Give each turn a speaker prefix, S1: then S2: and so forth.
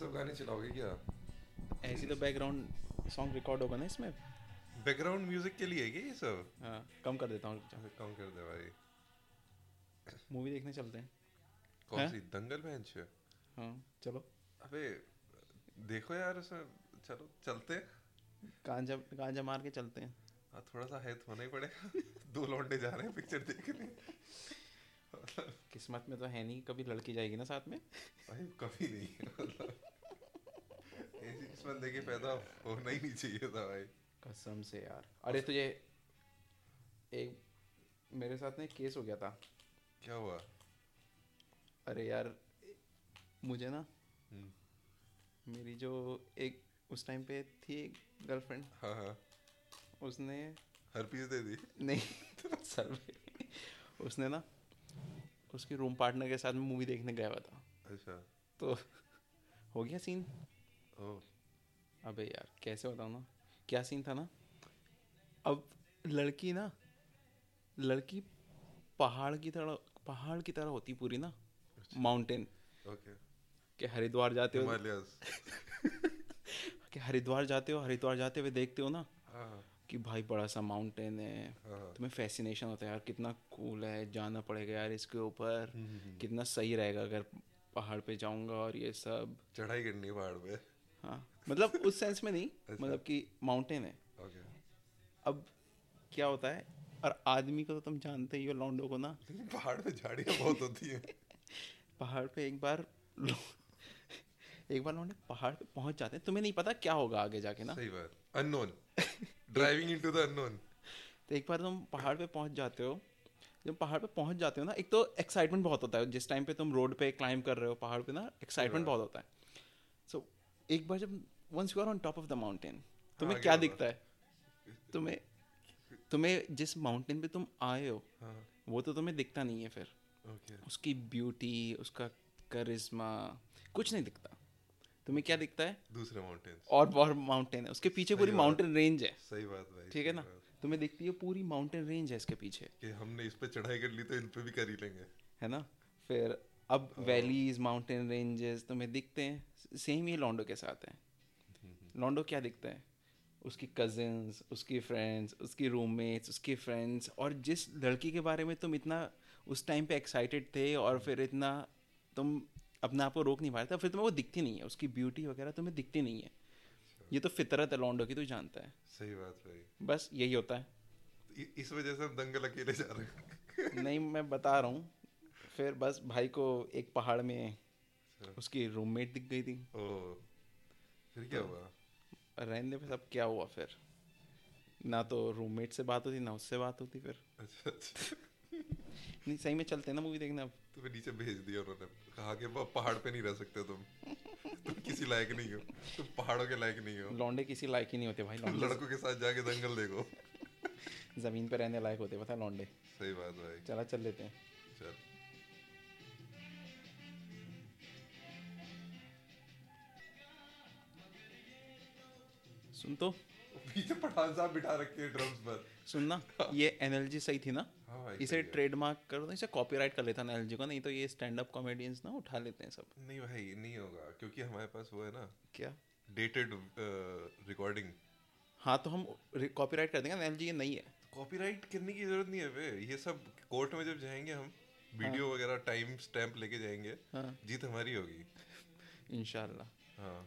S1: सब गाने चलाओगे क्या
S2: ऐसे तो बैकग्राउंड सॉन्ग रिकॉर्ड होगा ना इसमें
S1: बैकग्राउंड म्यूजिक के लिए है क्या ये सब
S2: हाँ कम कर देता हूँ
S1: अच्छा, कम कर दे भाई
S2: मूवी देखने चलते हैं
S1: कौन
S2: हैं?
S1: सी दंगल बेंच
S2: हाँ चलो
S1: अबे देखो यार उसमें चलो चलते हैं।
S2: गांजा गांजा मार के चलते हैं
S1: हाँ थोड़ा सा हेत होना ही पड़ेगा दो लौंडे जा रहे हैं पिक्चर देखने मतलब
S2: किस्मत में तो है नहीं कभी लड़की जाएगी ना साथ में
S1: भाई कभी नहीं मतलब ऐसी किस्मत लेके पैदा होना ही नहीं चाहिए था भाई
S2: कसम से यार अरे तुझे एक मेरे साथ ना एक केस हो गया था
S1: क्या हुआ
S2: अरे यार मुझे ना
S1: हम्म,
S2: मेरी जो एक उस टाइम पे थी एक गर्लफ्रेंड
S1: हाँ हाँ
S2: उसने
S1: हर पीस दे दी
S2: नहीं सर पे उसने ना उसके रूम पार्टनर के साथ में मूवी देखने गया हुआ था
S1: अच्छा
S2: तो हो गया सीन
S1: ओ
S2: अबे यार कैसे बताऊँ ना क्या सीन था ना अब लड़की ना लड़की पहाड़ की तरह पहाड़ की तरह होती पूरी ना माउंटेन
S1: ओके
S2: के हरिद्वार जाते हो
S1: हिमालयस
S2: कि हरिद्वार जाते हो हरिद्वार जाते हुए देखते हो ना
S1: हाँ हाँ,
S2: कि भाई बड़ा सा माउंटेन है
S1: हाँ
S2: तुम्हें फैसिनेशन होता है यार कितना कूल है जाना पड़ेगा यार इसके ऊपर कितना सही रहेगा अगर पहाड़ पे जाऊंगा और ये सब
S1: चढ़ाई करनी है पहाड़ पे
S2: हाँ मतलब उस सेंस में नहीं मतलब कि माउंटेन है
S1: ओके
S2: अब क्या होता है और आदमी को तो तुम जानते ही हो लौंडों को ना
S1: लेकिन पहाड़ पे झाड़ियाँ बहुत होती हैं
S2: पहाड़ पे एक बार लो- एक बार लौंडे पहाड़ पे पहुंच जाते हैं तुम्हें नहीं पता क्या होगा आगे जाके ना
S1: सही बात unknown driving into the unknown
S2: तो एक बार तुम पहाड़ पे पहुंच जाते हो जब पहाड़ पे पहुंच जाते हो ना एक तो एक्साइटमेंट बहुत होता है जिस टाइम पे तुम रोड पे क्लाइंब कर रहे हो पहाड़ पे ना एक्साइटमेंट बहुत होता है सो so, एक बार जब once you are on top of the mountain तुम्हें
S1: आगे
S2: क्या
S1: बढ़ो।
S2: दिखता है तुम्हें तुम्हें जिस माउंटेन पे तुम आए हो
S1: हाँ
S2: वो तो तुम्हें दिखता नहीं है फिर
S1: ओके
S2: उसकी ब्यूटी उसका करिश्मा कुछ नहीं दिखता तुम्हें क्या दिखता है
S1: दूसरे माउंटेन्स
S2: और और माउंटेन है उसके पीछे पूरी माउंटेन रेंज है
S1: सही बात भाई
S2: ठीक है ना तुम्हें दिखती है पूरी माउंटेन रेंज है इसके पीछे
S1: कि हमने इस पे चढ़ाई कर ली तो इन पे भी कर ही लेंगे
S2: है ना फिर अब वैलीज माउंटेन रेंजेस तुम्हें तो दिखते हैं सेम ही लॉन्डो के साथ है लॉन्डो क्या दिखता है उसकी कजिन्स उसकी फ्रेंड्स उसकी रूममेट्स उसकी फ्रेंड्स और जिस लड़की के बारे में तुम इतना उस टाइम पे एक्साइटेड थे और फिर इतना तुम अपने आप को रोक नहीं पा रहे थे फिर तुम्हें वो दिखती नहीं है उसकी ब्यूटी वगैरह तुम्हें दिखती नहीं है ये तो फितरत है लॉन्डो की तू जानता है
S1: सही बात भाई
S2: बस यही होता है
S1: इ- इस वजह से हम दंगल अकेले जा रहे हैं
S2: नहीं मैं बता रहा हूँ फिर बस भाई को एक पहाड़ में
S1: अच्छा।
S2: उसकी रूममेट दिख गई थी
S1: ओ फिर
S2: तो
S1: क्या हुआ
S2: रहने पे सब क्या हुआ फिर ना तो रूममेट से बात होती ना उससे बात होती फिर
S1: अच्छा अच्छा
S2: नहीं सही में चलते हैं ना मूवी देखने अब
S1: तुम्हें नीचे भेज दिया उन्होंने कहा कि अब पहाड़ पे नहीं रह सकते तुम तुम किसी लायक नहीं हो तुम पहाड़ों के लायक नहीं हो
S2: लौंडे किसी लायक ही नहीं होते भाई
S1: तुम
S2: लौंडे
S1: लड़कों के साथ जाके दंगल देखो
S2: जमीन पे रहने लायक होते पता है लौंडे
S1: सही बात भाई
S2: चला चल लेते हैं
S1: चल
S2: सुन तो
S1: पीछे पठान साहब बिठा रखे हैं ड्रम्स पर
S2: सुनना ये एनर्जी सही थी ना
S1: हाँ भाई
S2: इसे
S1: सही है।
S2: ट्रेडमार्क कर दो इसे कॉपीराइट कर लेता ना एनर्जी को नहीं तो ये स्टैंड अप कॉमेडियंस ना उठा लेते हैं सब
S1: नहीं भाई नहीं होगा क्योंकि हमारे पास वो है ना uh,
S2: क्या
S1: डेटेड रिकॉर्डिंग
S2: हाँ तो हम कॉपीराइट कर देंगे ना एनर्जी ये नहीं है
S1: कॉपीराइट करने की जरूरत नहीं है बे ये सब कोर्ट में जब जाएंगे हम वीडियो वगैरह टाइम स्टैम्प लेके जाएंगे
S2: हाँ
S1: जीत हमारी होगी
S2: इंशाल्लाह
S1: हाँ